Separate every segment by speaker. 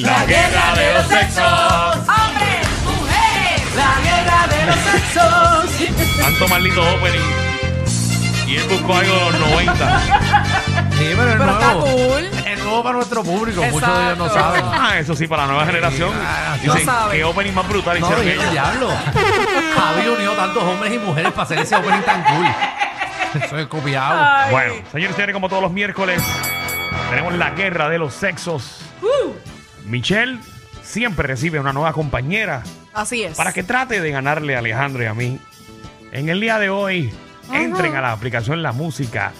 Speaker 1: La guerra de los sexos.
Speaker 2: hombres, mujeres,
Speaker 1: La guerra de los sexos. Tanto maldito opening. Y él buscó algo de los 90.
Speaker 3: Sí, pero el
Speaker 2: pero está
Speaker 3: nuevo.
Speaker 2: cool.
Speaker 3: Es nuevo para nuestro público, muchos de ellos no
Speaker 2: Exacto.
Speaker 3: saben.
Speaker 1: Ah, eso sí, para la nueva generación.
Speaker 3: ah,
Speaker 1: Dicen,
Speaker 2: no saben.
Speaker 1: qué opening más brutal
Speaker 3: No,
Speaker 1: hicieron
Speaker 3: dije,
Speaker 1: ellos.
Speaker 3: diablo. Javi unió tantos hombres y mujeres para hacer ese opening tan cool. Eso es copiado.
Speaker 2: Ay.
Speaker 1: Bueno, señores y señores, como todos los miércoles, tenemos la guerra de los sexos.
Speaker 2: Uh,
Speaker 1: Michelle siempre recibe una nueva compañera
Speaker 2: así es.
Speaker 1: para que trate de ganarle a Alejandro y a mí. En el día de hoy, entren a la aplicación La Música.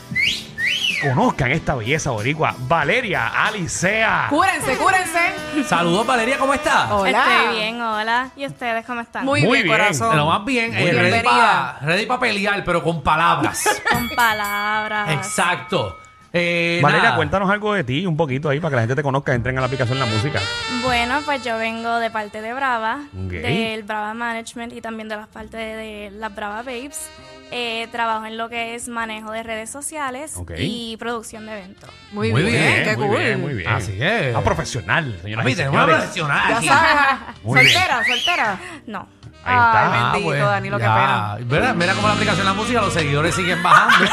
Speaker 1: Conozcan esta belleza boricua, Valeria Alicea.
Speaker 2: Cúrense, cúrense.
Speaker 3: Saludos, Valeria, ¿cómo estás?
Speaker 2: Hola.
Speaker 4: Estoy bien, hola. ¿Y ustedes cómo están?
Speaker 2: Muy,
Speaker 1: Muy
Speaker 2: bien,
Speaker 1: bien.
Speaker 2: corazón.
Speaker 3: De lo más bien, eh, ready
Speaker 2: bienvenida.
Speaker 3: para pelear, pero con palabras.
Speaker 4: Con palabras.
Speaker 3: Exacto. Eh,
Speaker 1: Valeria,
Speaker 3: nada.
Speaker 1: cuéntanos algo de ti, un poquito ahí, para que la gente te conozca, entren a la aplicación La Música.
Speaker 4: Bueno, pues yo vengo de parte de Brava,
Speaker 1: Ok.
Speaker 4: del Brava Management y también de las partes de las Brava Babes. Eh, trabajo en lo que es manejo de redes sociales
Speaker 1: Ok.
Speaker 4: y producción de eventos.
Speaker 2: Muy,
Speaker 3: Muy
Speaker 2: bien,
Speaker 3: bien,
Speaker 2: qué
Speaker 1: muy
Speaker 2: cool.
Speaker 1: bien, muy bien.
Speaker 3: Así es.
Speaker 1: Ah, profesional, señoras y
Speaker 3: Papi, tenemos una
Speaker 1: señores.
Speaker 3: profesional
Speaker 2: Ya
Speaker 3: aquí.
Speaker 2: sabes,
Speaker 1: Muy bien.
Speaker 2: soltera, soltera.
Speaker 4: No.
Speaker 1: Ahí está.
Speaker 2: Ay, bendito, Danilo, qué
Speaker 3: Ah, ya.
Speaker 2: pena.
Speaker 3: Mira, mira cómo la aplicación de la música, los seguidores siguen bajando.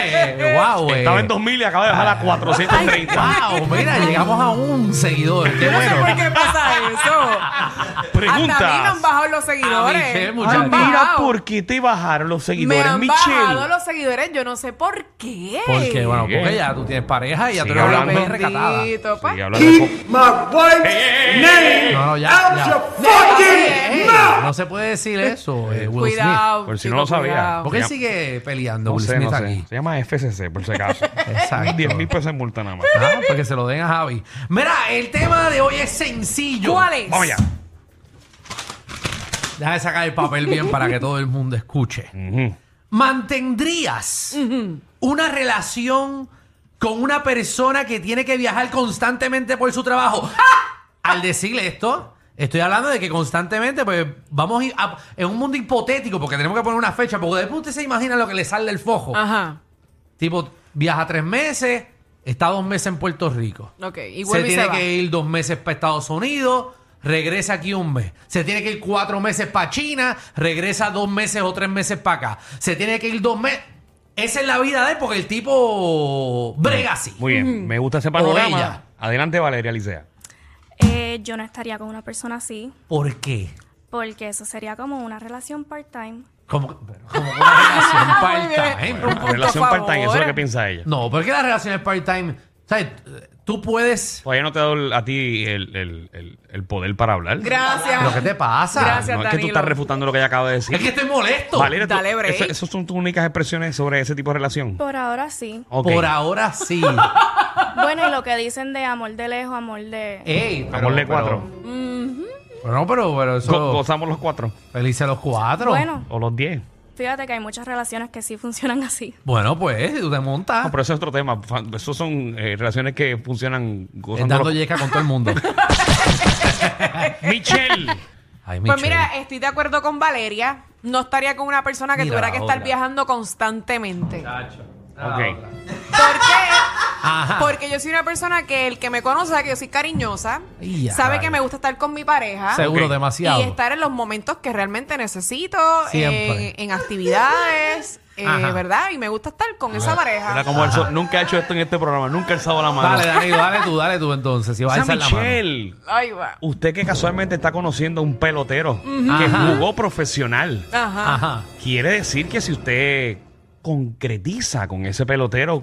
Speaker 3: Eh, wow, eh.
Speaker 1: Estaba en 2000 y acaba de bajar a 430.
Speaker 3: Wow, mira, llegamos a un seguidor. Qué
Speaker 2: Yo no sé
Speaker 3: bueno.
Speaker 2: por qué pasa eso. Hasta a mí no han
Speaker 1: Pregunta.
Speaker 2: bajado los seguidores.
Speaker 3: A mí qué,
Speaker 2: Me
Speaker 3: muchacho.
Speaker 2: han
Speaker 1: Mira,
Speaker 2: bajado.
Speaker 1: ¿por qué te bajaron los
Speaker 2: Me
Speaker 1: seguidores,
Speaker 2: han bajado
Speaker 1: Michelle?
Speaker 2: los seguidores, yo no sé por qué.
Speaker 3: Porque, bueno,
Speaker 1: Bien.
Speaker 3: porque ya tú tienes pareja y ya tú
Speaker 1: Sigue
Speaker 3: eres una
Speaker 1: hablando.
Speaker 3: mujer recatada.
Speaker 2: Bendito, pues. pa.
Speaker 1: Y hablando de Eh, co-
Speaker 5: my wife's name
Speaker 3: No, no, ya,
Speaker 5: out
Speaker 3: ya.
Speaker 5: your
Speaker 2: Sí,
Speaker 5: fucking mouth.
Speaker 3: No se puede decir eso, eh, Will
Speaker 2: Cuidado.
Speaker 1: Por si
Speaker 2: chico,
Speaker 1: no lo sabía.
Speaker 3: Smith.
Speaker 2: cuidado.
Speaker 3: ¿Por qué sigue peleando
Speaker 1: No
Speaker 3: Will
Speaker 1: sé,
Speaker 3: Smith
Speaker 1: no sé.
Speaker 3: aquí?
Speaker 1: Se llama FCC, por si acaso.
Speaker 3: Exacto.
Speaker 1: 10 mil pesos en multa nada más.
Speaker 3: Ah, para que se lo den a Javi. Mira, el tema de hoy es sencillo.
Speaker 2: ¿Cuál es?
Speaker 1: Vamos allá.
Speaker 3: Deja de sacar el papel bien para que todo el mundo escuche.
Speaker 1: Ujú.
Speaker 3: ¿Mantendrías una relación con una persona que tiene que viajar constantemente por su trabajo? Al decirle esto, estoy hablando de que constantemente, pues vamos a ir a- en un mundo hipotético, porque tenemos que poner una fecha, porque después usted se imagina lo que le sale del fojo.
Speaker 2: Ajá.
Speaker 3: Tipo, viaja tres meses, está dos meses en Puerto Rico.
Speaker 2: Ok, y
Speaker 3: se
Speaker 2: vuelve y
Speaker 3: tiene
Speaker 2: se va.
Speaker 3: que ir dos meses para Estados Unidos, regresa aquí un mes. Se tiene que ir cuatro meses para China, regresa dos meses o tres meses para acá. Se tiene que ir dos meses. Esa es la vida de él porque el tipo brega así.
Speaker 1: Muy bien, me gusta ese
Speaker 3: O ella.
Speaker 1: panorama. Adelante, Valeria Licea.
Speaker 4: Eh, yo no estaría con una persona así
Speaker 3: ¿Por qué?
Speaker 4: porque eso sería como una relación part-time.
Speaker 3: Como, como una
Speaker 2: Muy bien.
Speaker 3: relación part-time.
Speaker 2: Un punto
Speaker 1: Relación
Speaker 2: a favor.
Speaker 1: part-time, eso es lo que piensa ella.
Speaker 3: No, porque las relaciones part-time, ¿sabes? Tú puedes...
Speaker 1: Todavía Pues no te he dado el- a ti el, el- el- el poder para hablar.
Speaker 2: Gracias.
Speaker 3: ¿Lo que te pasa?
Speaker 2: Gracias.
Speaker 1: No, es que tú
Speaker 2: Danilo.
Speaker 1: estás refutando lo que ella acaba de decir.
Speaker 3: Es que estoy molesto.
Speaker 1: Valeria, tú-
Speaker 2: Dale break.
Speaker 1: eso- ¿Esas son tus únicas expresiones sobre ese tipo de relación?
Speaker 4: Por ahora sí.
Speaker 1: Ok.
Speaker 3: Por ahora sí.
Speaker 4: Bueno, y lo que dicen de amor de lejos, amor de...
Speaker 3: Ey, pero,
Speaker 1: Amor de
Speaker 3: pero-
Speaker 1: cuatro.
Speaker 3: Pero no, pero, pero eso...
Speaker 1: Go- gozamos los cuatro.
Speaker 3: Felices los cuatro.
Speaker 4: Bueno.
Speaker 1: O los diez.
Speaker 4: Fíjate que hay muchas relaciones que sí funcionan así.
Speaker 3: Bueno, pues, tú te montas.
Speaker 2: Ah.
Speaker 1: No, pero eso es otro tema. Fa- Esos son eh, relaciones que funcionan
Speaker 3: eh,
Speaker 1: gozando.
Speaker 3: dando
Speaker 1: los-
Speaker 3: yeca con todo el mundo.
Speaker 1: Michelle.
Speaker 3: Ay,
Speaker 2: Pues
Speaker 3: Michelle.
Speaker 2: mira, estoy de acuerdo con Valeria. No estaría con una persona que
Speaker 3: Mira
Speaker 2: tuviera
Speaker 3: la
Speaker 2: que estar
Speaker 3: otra.
Speaker 2: viajando constantemente.
Speaker 1: ok.
Speaker 2: ¿Por qué?
Speaker 3: Ajá.
Speaker 2: Porque yo soy una persona que el que me conoce sabe que yo soy cariñosa,
Speaker 3: Ya,
Speaker 2: sabe
Speaker 3: vale.
Speaker 2: que me gusta estar con mi pareja
Speaker 3: Ah, Seguro,
Speaker 1: ok.
Speaker 3: demasiado.
Speaker 2: y estar en los momentos que realmente necesito,
Speaker 3: Siempre.
Speaker 2: en, en actividades, eh,
Speaker 3: Ajá.
Speaker 2: ¿verdad? Y me gusta estar con esa pareja.
Speaker 1: Era como el sol. Nunca ha hecho esto en este programa. Nunca ha alzado la mano.
Speaker 3: Dale, Danilo, dale tú, dale tú entonces. Si
Speaker 1: O
Speaker 3: vas a
Speaker 1: sea,
Speaker 3: alzar la mano.
Speaker 1: Michelle.
Speaker 2: Ay, va.
Speaker 1: Usted que casualmente está conociendo a un pelotero que
Speaker 3: Ajá.
Speaker 1: jugó profesional.
Speaker 2: Ajá.
Speaker 3: Ajá.
Speaker 1: Quiere decir que si usted concretiza con ese pelotero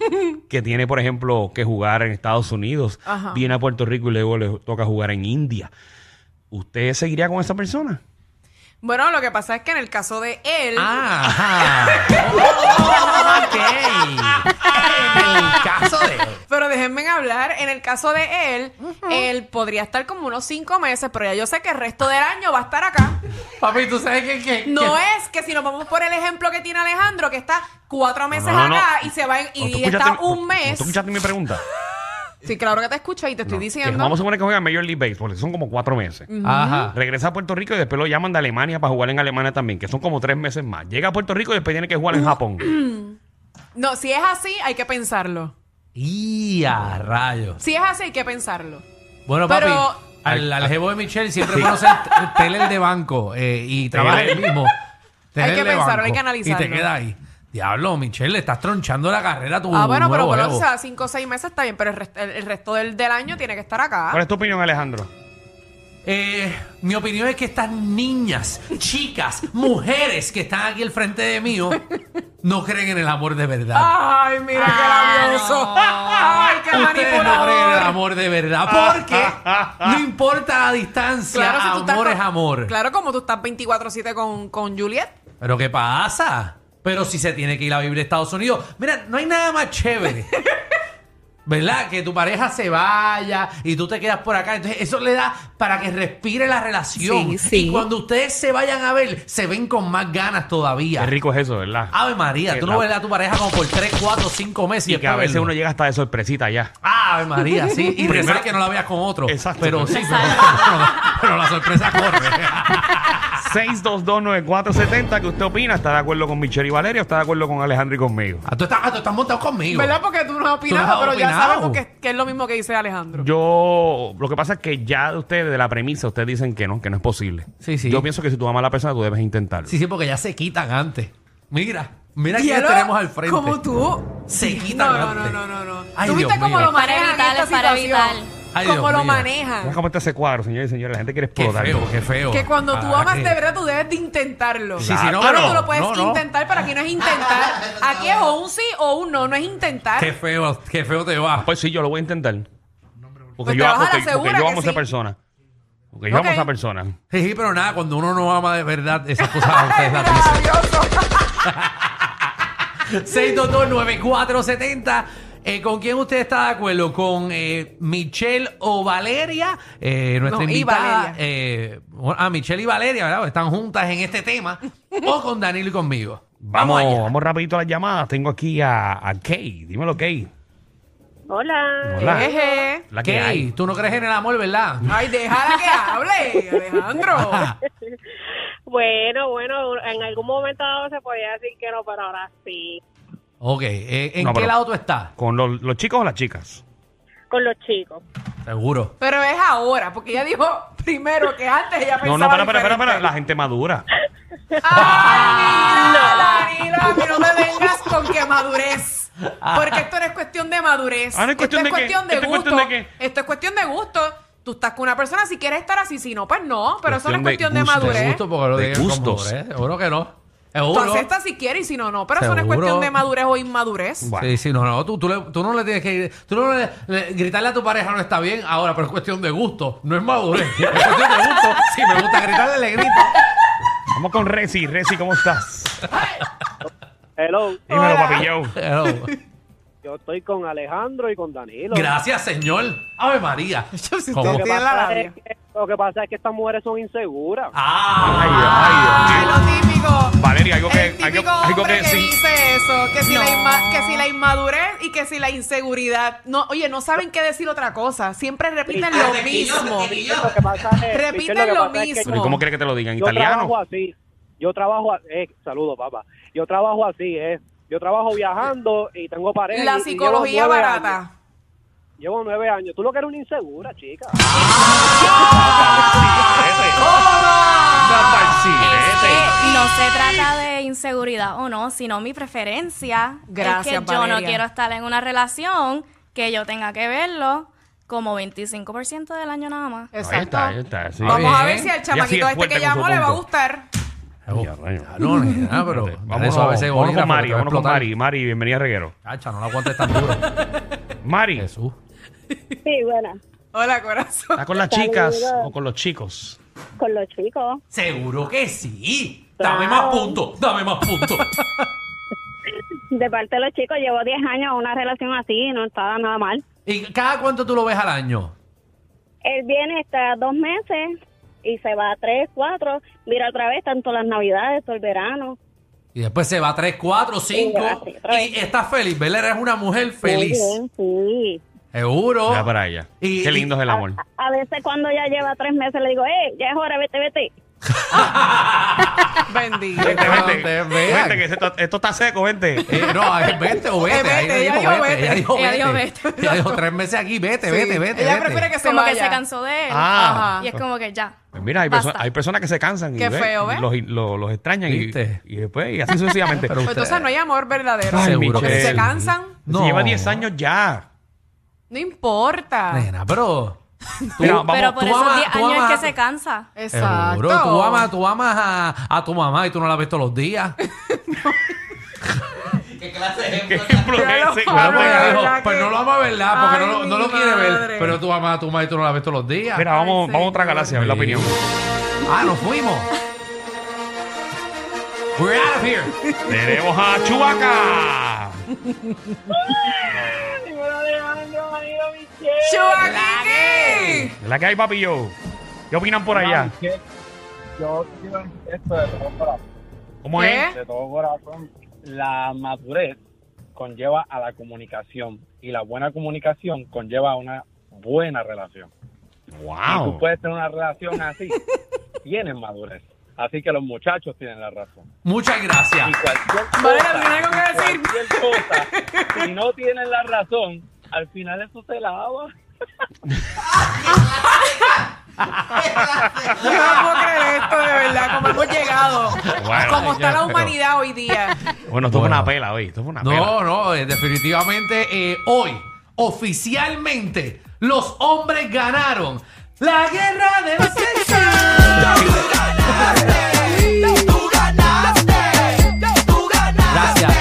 Speaker 1: que tiene, por ejemplo, que jugar en Estados Unidos,
Speaker 2: Ajá.
Speaker 1: viene a Puerto Rico y luego le toca jugar en India, ¿usted seguiría con esa persona?
Speaker 3: Ah.
Speaker 2: Bueno, lo que pasa es que en el caso de él,
Speaker 3: Ajá. Oh, ok.
Speaker 2: en el caso de él, él podría estar como unos cinco meses, pero ya yo sé que el resto del año va a estar acá.
Speaker 3: Papi, tú sabes que. que-
Speaker 2: No
Speaker 3: que-
Speaker 2: es que si nos vamos por el ejemplo que tiene Alejandro, que está cuatro meses
Speaker 1: No, no,
Speaker 2: acá
Speaker 1: no.
Speaker 2: y se va en-
Speaker 1: No, tú
Speaker 2: y
Speaker 1: escuchaste
Speaker 2: está
Speaker 1: mi-
Speaker 2: un mes.
Speaker 1: ¿Tú escuchaste mi pregunta?
Speaker 2: Sí, claro que te escucho y te estoy
Speaker 1: Eh,
Speaker 2: diciendo. Mm.
Speaker 1: vamos a suponer que juega en Major League Baseball, son como cuatro meses. Ah.
Speaker 3: Ajá.
Speaker 1: Regresa a Puerto Rico y después lo llaman de Alemania para jugar en Alemania también, que son como tres meses más. Llega a Puerto Rico y después tiene que
Speaker 2: Mm.
Speaker 1: jugar en Japón.
Speaker 2: No, si es así, hay que pensarlo.
Speaker 3: Y a rayos.
Speaker 2: Si es así, hay que pensarlo.
Speaker 3: Bueno, papi.
Speaker 2: Pero-
Speaker 3: Al, al jevo de Michelle siempre conoce el teler de banco eh, y trabaja el mismo.
Speaker 2: Hay
Speaker 3: teler
Speaker 2: que
Speaker 3: de
Speaker 2: pensarlo,
Speaker 3: banco,
Speaker 2: hay que
Speaker 3: Y
Speaker 2: analizarlo.
Speaker 3: te queda ahí. Diablo, Michelle, le estás tronchando la carrera a tu
Speaker 2: ah, bueno, pero
Speaker 3: nuevo
Speaker 2: por lo
Speaker 3: jevo.
Speaker 2: menos sea, cinco o seis meses está bien, pero el, rest- el- el resto del, del año tiene que estar acá.
Speaker 1: ¿Cuál es tu opinión, Alejandro?
Speaker 3: Eh, mi opinión es que estas niñas, chicas, mujeres que están aquí al frente de mí no creen en el amor de verdad.
Speaker 2: Ay, mira
Speaker 4: Ah,
Speaker 2: qué labioso.
Speaker 4: no.
Speaker 2: Ay, qué
Speaker 3: Ustedes no creen en el
Speaker 2: manipulador.
Speaker 3: amor de verdad porque no importa la distancia,
Speaker 2: si tú estás
Speaker 3: amor
Speaker 2: con-
Speaker 3: es amor.
Speaker 2: Claro, como tú estás 24-7 con, con Juliet.
Speaker 3: ¿Pero qué pasa? Pero si se tiene que ir a vivir a Estados Unidos. Mira, no hay nada más chévere. ¿Verdad? Que tu pareja se vaya y tú te quedas por acá. Entonces, eso le da para que respire la relación.
Speaker 6: Sí, sí.
Speaker 3: Y cuando ustedes se vayan a ver, se ven con más ganas todavía.
Speaker 1: Qué rico es eso, ¿verdad?
Speaker 2: Ah,
Speaker 3: Ave María,
Speaker 1: Qué
Speaker 3: tú no
Speaker 1: la-
Speaker 3: ves a tu pareja como por 3, 4, 5 meses.
Speaker 1: y que a
Speaker 3: después
Speaker 1: veces
Speaker 3: verlo.
Speaker 1: uno llega hasta de sorpresita ya.
Speaker 3: Ave María, sí. Y
Speaker 1: Primero-
Speaker 3: pensar que no la veas con otro.
Speaker 1: Exacto.
Speaker 3: Pero sí, pero, pero- pero la sorpresa corre.
Speaker 1: 6229470, ¿qué usted opina? ¿Está de acuerdo con Michelle y Valeria o está de acuerdo con Alejandro y conmigo?
Speaker 3: Ah, tú estás, ah, tú estás montado conmigo.
Speaker 2: ¿Verdad? Porque tú no has opinado,
Speaker 3: has
Speaker 2: pero ya
Speaker 3: opinado.
Speaker 2: sabes porque, que es lo mismo que dice Alejandro.
Speaker 1: Yo, lo que pasa es que ya de ustedes, de la premisa, ustedes dicen que no, que no es posible.
Speaker 3: Sí, sí.
Speaker 1: Yo pienso que si tú amas a la persona, tú debes intentarlo.
Speaker 3: Sí, sí, porque ya se quitan antes. Mira, mira quién
Speaker 2: Diablo,
Speaker 3: tenemos al frente.
Speaker 2: Como tú.
Speaker 3: Se quitan
Speaker 2: No, no, no,
Speaker 3: antes.
Speaker 2: no, no, no.
Speaker 3: Ay,
Speaker 2: ¿Tú
Speaker 3: Dios
Speaker 2: viste cómo
Speaker 3: mío.
Speaker 2: lo manejan
Speaker 4: Para
Speaker 2: en esta
Speaker 4: evitar, para
Speaker 2: situación?
Speaker 4: evitar.
Speaker 3: Ay,
Speaker 2: cómo
Speaker 3: Dios
Speaker 2: lo
Speaker 3: mío.
Speaker 1: Mira
Speaker 2: manejan.
Speaker 1: cómo está ese cuadro, este señores y señores. La gente quiere
Speaker 3: Qué
Speaker 1: explotar.
Speaker 3: feo, qué feo.
Speaker 2: Que cuando tú
Speaker 3: Ah,
Speaker 2: amas
Speaker 3: que-
Speaker 2: de verdad, tú debes de intentarlo.
Speaker 3: Sí, sí, no,
Speaker 2: claro,
Speaker 3: no,
Speaker 2: tú lo puedes
Speaker 3: no, no.
Speaker 2: intentar, pero aquí no es intentar. Aquí es o un sí o un no, no es intentar.
Speaker 3: Qué feo, qué feo te va.
Speaker 1: Pues sí, yo lo voy a intentar. Porque,
Speaker 2: Pues
Speaker 1: yo,
Speaker 2: te vas a
Speaker 1: amo,
Speaker 2: la
Speaker 1: porque,
Speaker 2: segura
Speaker 1: porque yo
Speaker 2: que
Speaker 1: amo a
Speaker 2: sí.
Speaker 1: esa persona. Porque yo amo a
Speaker 2: Ok.
Speaker 1: esa persona.
Speaker 3: Sí, sí, pero nada, cuando uno no ama de verdad, esas cosas a ustedes las dicen. 6229470. Eh, ¿Con quién usted está de acuerdo? ¿Con eh, Michelle o Valeria? Eh, nuestra
Speaker 2: No, y
Speaker 3: invitada.
Speaker 2: Valeria.
Speaker 3: eh, bueno, ah, Michelle y Valeria, ¿verdad? Están juntas en este tema. o con Danilo y conmigo.
Speaker 1: Vamos,
Speaker 3: allá.
Speaker 1: vamos, rapidito a las llamadas. Tengo aquí a, a Kay. Dímelo, Kay.
Speaker 6: Hola.
Speaker 1: Hola.
Speaker 2: Eh, Eje.
Speaker 1: La que
Speaker 3: ¿Qué?
Speaker 1: hay.
Speaker 3: Tú no crees en el amor, ¿verdad?
Speaker 2: Ay, déjala que hable, Alejandro.
Speaker 6: Bueno, bueno, en algún momento dado se podía decir que no, pero ahora sí.
Speaker 3: Ok. eh, ¿En
Speaker 1: No,
Speaker 3: qué
Speaker 1: pero-
Speaker 3: lado tú estás?
Speaker 1: ¿Con los, los chicos o las chicas?
Speaker 6: Con los chicos.
Speaker 3: Seguro.
Speaker 2: Pero es ahora, porque ella dijo primero que antes ella pensaba
Speaker 1: No, no, para, para, para,
Speaker 2: diferente.
Speaker 1: para. La gente madura.
Speaker 2: Ay, mira, Danilo, a mí no me vengas con que madurez. Porque esto no es cuestión de madurez.
Speaker 1: Ah, no es cuestión
Speaker 2: esto es
Speaker 1: de qué,
Speaker 2: cuestión de
Speaker 1: esto es
Speaker 2: gusto.
Speaker 1: cuestión de qué.
Speaker 2: Esto es cuestión de gusto. Tú estás con una persona si quieres estar así, si no, pues no. Pero eso no es
Speaker 1: Cuestión
Speaker 2: cuestión
Speaker 1: de
Speaker 2: de,
Speaker 1: gusto,
Speaker 3: De
Speaker 2: madurez.
Speaker 3: gusto, porque lo
Speaker 1: De
Speaker 3: digan como
Speaker 1: gustos.
Speaker 3: madurez. ¿eh? Seguro que no.
Speaker 2: Ah, Tú
Speaker 3: Seguro.
Speaker 2: aceptas si quieres y si no, no. Pero eso no
Speaker 3: Seguro.
Speaker 2: es cuestión de madurez o inmadurez.
Speaker 1: Bueno.
Speaker 3: Sí, sí, no, no, tú, tú, le- tú no le tienes que... Tú no le- le- gritarle a tu pareja no está bien ahora, pero es cuestión de gusto, no es madurez. Es cuestión de gusto. Si me gusta gritarle, le grito.
Speaker 1: Vamos con Resi. Resi, ¿cómo estás?
Speaker 7: Hello,
Speaker 1: Dímelo,
Speaker 2: Hola.
Speaker 1: papi Joe.
Speaker 3: Pero-
Speaker 7: yo estoy con Alejandro y con Danilo.
Speaker 3: gracias, señor. Ave María. ¿Cómo?
Speaker 7: Lo que,
Speaker 2: Tiene la
Speaker 7: pasa
Speaker 2: labia.
Speaker 7: es que, lo que pasa es que estas mujeres son inseguras.
Speaker 1: Ay,
Speaker 3: Ah,
Speaker 1: ay,
Speaker 2: Ay,
Speaker 1: Dios mío.
Speaker 2: lo típico.
Speaker 1: Valeria, algo que-
Speaker 2: El típico
Speaker 1: algo- algo
Speaker 2: hombre
Speaker 1: que
Speaker 2: que,
Speaker 1: sí.
Speaker 2: dice eso, que si,
Speaker 4: No.
Speaker 2: la inma- que si la inmadurez y que si la inseguridad. No, oye, no saben qué decir otra cosa. Siempre repiten lo mismo.
Speaker 7: Lo que pasa es-
Speaker 2: Repiten
Speaker 7: Michelle,
Speaker 2: lo
Speaker 7: pasa es que
Speaker 2: mismo.
Speaker 1: Pero ¿y cómo quieres que te lo digan?
Speaker 7: yo
Speaker 1: ¿Italiano?
Speaker 7: trabajo así. Yo trabajo, a- eh, saludo papá. Yo trabajo así, eh. Yo trabajo viajando y tengo
Speaker 2: La
Speaker 7: pareja. y- y llevo
Speaker 2: psicología
Speaker 7: nueve
Speaker 2: barata.
Speaker 7: años. Llevo nueve años. Tú lo que eres una insegura, chica.
Speaker 4: Es que
Speaker 1: Una
Speaker 4: Eh, no se trata de inseguridad o no, sino mi preferencia.
Speaker 2: Gracias,
Speaker 4: es que yo no
Speaker 2: Valeria.
Speaker 4: quiero estar en una relación que yo tenga que verlo como 25% del año nada más.
Speaker 2: Exacto.
Speaker 1: Ahí está, ahí está. sí.
Speaker 2: Vamos a ver
Speaker 3: Bien.
Speaker 2: si al
Speaker 1: sí es
Speaker 2: chamaquito este
Speaker 1: fuerte
Speaker 2: que
Speaker 1: con su
Speaker 2: llamó le va a
Speaker 1: punto.
Speaker 2: gustar.
Speaker 1: Ay, a rayos.
Speaker 3: no, nena, pero...
Speaker 1: Vamos
Speaker 3: eso a veces
Speaker 1: vámonos
Speaker 3: bonita,
Speaker 1: con Mari,
Speaker 3: pero te va a
Speaker 1: vámonos con
Speaker 3: explotar.
Speaker 1: Mari. Mari, bienvenida a Reguero.
Speaker 3: Cacha, no la aguantes tan duro.
Speaker 1: Mari, ¿estás
Speaker 3: Jesús.
Speaker 6: Sí, bueno,
Speaker 2: Hola, corazón.
Speaker 1: con las chicas o con los chicos?
Speaker 6: con los chicos.
Speaker 3: Seguro que sí. Dame más puntos, dame más puntos.
Speaker 6: De parte de los chicos, llevo 10 años en una relación así y no estaba nada mal.
Speaker 3: ¿Y cada cuánto tú lo ves al año?
Speaker 6: Él viene, está dos meses y se va a tres, cuatro. Mira otra vez, tanto las navidades, todo el verano.
Speaker 3: Y después se va a 3, 4, 5.
Speaker 6: así, otra vez.
Speaker 3: Y estás feliz, ¿verdad? Eres una mujer feliz.
Speaker 6: Muy bien, sí.
Speaker 3: Seguro.
Speaker 1: Mira para allá.
Speaker 3: Y-
Speaker 1: Qué lindo es el amor.
Speaker 6: A veces cuando ya lleva tres meses le digo, eh, ya es hora, vete, vete.
Speaker 2: Bendito.
Speaker 1: Vente, vente.
Speaker 3: Te vean.
Speaker 1: Vente, que esto, esto está seco, vente.
Speaker 3: Eh, no, es vete o vete.
Speaker 2: Eh, vete,
Speaker 3: Ahí
Speaker 2: ella
Speaker 3: no dijo
Speaker 2: dijo vete.
Speaker 3: Ella dijo
Speaker 4: Ella dijo
Speaker 3: vete.
Speaker 4: vete.
Speaker 3: Ella dijo tres meses aquí, vete, vete, vete.
Speaker 2: Ella
Speaker 3: vete.
Speaker 2: prefiere que se
Speaker 4: como
Speaker 2: vaya.
Speaker 4: que se cansó de él.
Speaker 1: Ah.
Speaker 4: Y es como que ya.
Speaker 1: Pues Mira, hay,
Speaker 4: basta.
Speaker 1: perso- hay personas que se cansan y
Speaker 2: Qué
Speaker 1: ve-
Speaker 2: feo, ¿ves?
Speaker 1: los, los- los extrañan y,
Speaker 3: ¿Viste?
Speaker 1: y después, y así sucesivamente.
Speaker 3: Pero
Speaker 2: Pues entonces no hay amor verdadero.
Speaker 1: Ay,
Speaker 3: Seguro que
Speaker 1: Michelle.
Speaker 2: se cansan,
Speaker 1: Si lleva 10 años ya.
Speaker 2: no importa.
Speaker 3: Nena, pero.
Speaker 1: Mira, vamos,
Speaker 4: Pero por
Speaker 3: tú
Speaker 4: esos
Speaker 3: amas-
Speaker 4: 10
Speaker 3: tú
Speaker 4: años es
Speaker 3: amas-
Speaker 4: que se cansa.
Speaker 2: Exacto.
Speaker 3: Seguro, tú amas, tú amas a, a tu mamá y tú no la ves todos los días.
Speaker 1: ¿qué ejemplo es
Speaker 2: Claro,
Speaker 1: ese?
Speaker 2: claro,
Speaker 1: Bueno, pues,
Speaker 2: claro.
Speaker 3: Pero,
Speaker 2: verdad
Speaker 3: pues
Speaker 2: que-
Speaker 3: no lo amas, ¿verdad? Porque
Speaker 2: Ay,
Speaker 3: no, lo- no lo
Speaker 2: mi
Speaker 3: quiere ver.
Speaker 2: madre.
Speaker 3: Pero tú amas a tu mamá y tú no la ves todos los días.
Speaker 1: Mira, vamos,
Speaker 2: Ay,
Speaker 1: vamos a otra
Speaker 2: señor.
Speaker 1: galaxia, a ver la
Speaker 3: Sí.
Speaker 1: opinión.
Speaker 3: Ah, nos fuimos. We're out of here.
Speaker 1: Tenemos a Chubaca.
Speaker 2: ¡Chubaquiqui!
Speaker 1: ¿Verdad que hay, papi yo? ¿Qué opinan por allá?
Speaker 7: Yo quiero esto de todo corazón.
Speaker 1: ¿Cómo
Speaker 2: ¿Qué?
Speaker 1: es?
Speaker 7: De todo corazón, la madurez conlleva a la comunicación y la buena comunicación conlleva a una buena relación. Y tú
Speaker 1: ¡Wow!
Speaker 7: puedes tener una relación así. Tienes madurez. Así que los muchachos tienen la razón.
Speaker 3: Muchas gracias.
Speaker 7: Y cualquier cosa,
Speaker 2: Vale, no tiene algo que decir.
Speaker 7: cualquier cosa, si no tienen la razón, al final eso se lava.
Speaker 2: Yo no puedo creer esto, de verdad, como hemos llegado.
Speaker 1: Bueno,
Speaker 2: como Ah, está la
Speaker 3: pero-
Speaker 2: humanidad hoy día.
Speaker 1: Bueno, esto fue
Speaker 3: Bueno.
Speaker 1: una pela hoy. Esto fue una pela.
Speaker 3: No, no, eh, definitivamente eh, hoy, oficialmente, los hombres ganaron la guerra del sexo. Gracias.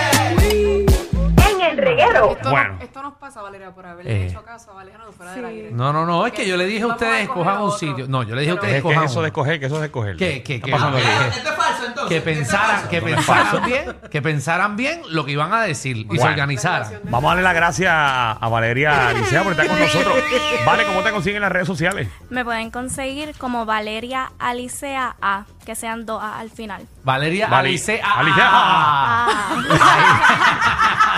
Speaker 2: Esto,
Speaker 1: Bueno.
Speaker 2: nos, esto nos pasa, Valeria, por haberle
Speaker 3: Eh.
Speaker 2: hecho caso a Valeria fuera del aire.
Speaker 3: No, no, no, es que yo le dije a
Speaker 2: Vamos a
Speaker 3: ustedes,
Speaker 2: escoger
Speaker 3: cojan un
Speaker 2: otro.
Speaker 3: sitio. No, yo le dije
Speaker 2: Pero-
Speaker 3: a ustedes,
Speaker 1: Es que
Speaker 3: cojan
Speaker 1: eso
Speaker 3: uno.
Speaker 1: de escoger, que eso de escoger.
Speaker 3: que, que,
Speaker 1: Está
Speaker 3: que,
Speaker 1: pasando
Speaker 3: que-
Speaker 1: aquí.
Speaker 3: que pensaran, que
Speaker 1: Esto es
Speaker 3: pensaran bien, que pensaran bien lo que iban a decir y se
Speaker 1: Bueno.
Speaker 3: organizaran.
Speaker 1: Vamos a darle las gracias a Valeria Licea por estar con nosotros. Vale, ¿cómo te consiguen las redes sociales?
Speaker 4: Me pueden conseguir como Valeria Alicea A, que sean dos A al final.
Speaker 3: Valeria
Speaker 1: Vale.
Speaker 3: Alice.
Speaker 1: Alice, ah.
Speaker 4: Ah.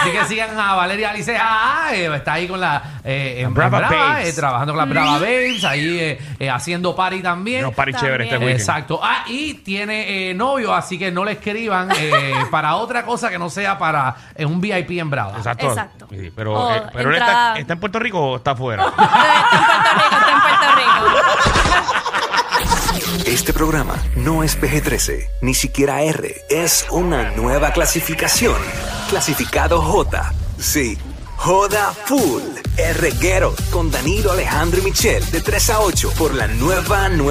Speaker 3: Así que sigan a Valeria Alice. ah, ah, eh, está ahí con la eh, en- en
Speaker 1: Brava
Speaker 3: Brava,
Speaker 1: Babes.
Speaker 3: eh, trabajando con la Brava Babes, ahí eh, eh, haciendo party también.
Speaker 1: Unos paris chéveres este
Speaker 4: También.
Speaker 1: weekend.
Speaker 3: Exacto. Ah, y tiene eh, novio, así que no le escriban eh, para otra cosa que no sea para eh, un VIP en Brava.
Speaker 1: Exacto.
Speaker 4: Exacto.
Speaker 1: Sí, pero
Speaker 4: O
Speaker 1: eh, pero él está,
Speaker 4: entrada-
Speaker 1: está en Puerto Rico o está afuera.
Speaker 4: está en Puerto Rico, está en Puerto Rico.
Speaker 8: Este programa no es PG-13, ni siquiera R. Es una nueva clasificación. Clasificado J. Sí. Joda Full. R. Guerrero con Danilo Alejandro y Michel de 3 a 8 por la nueva nueva.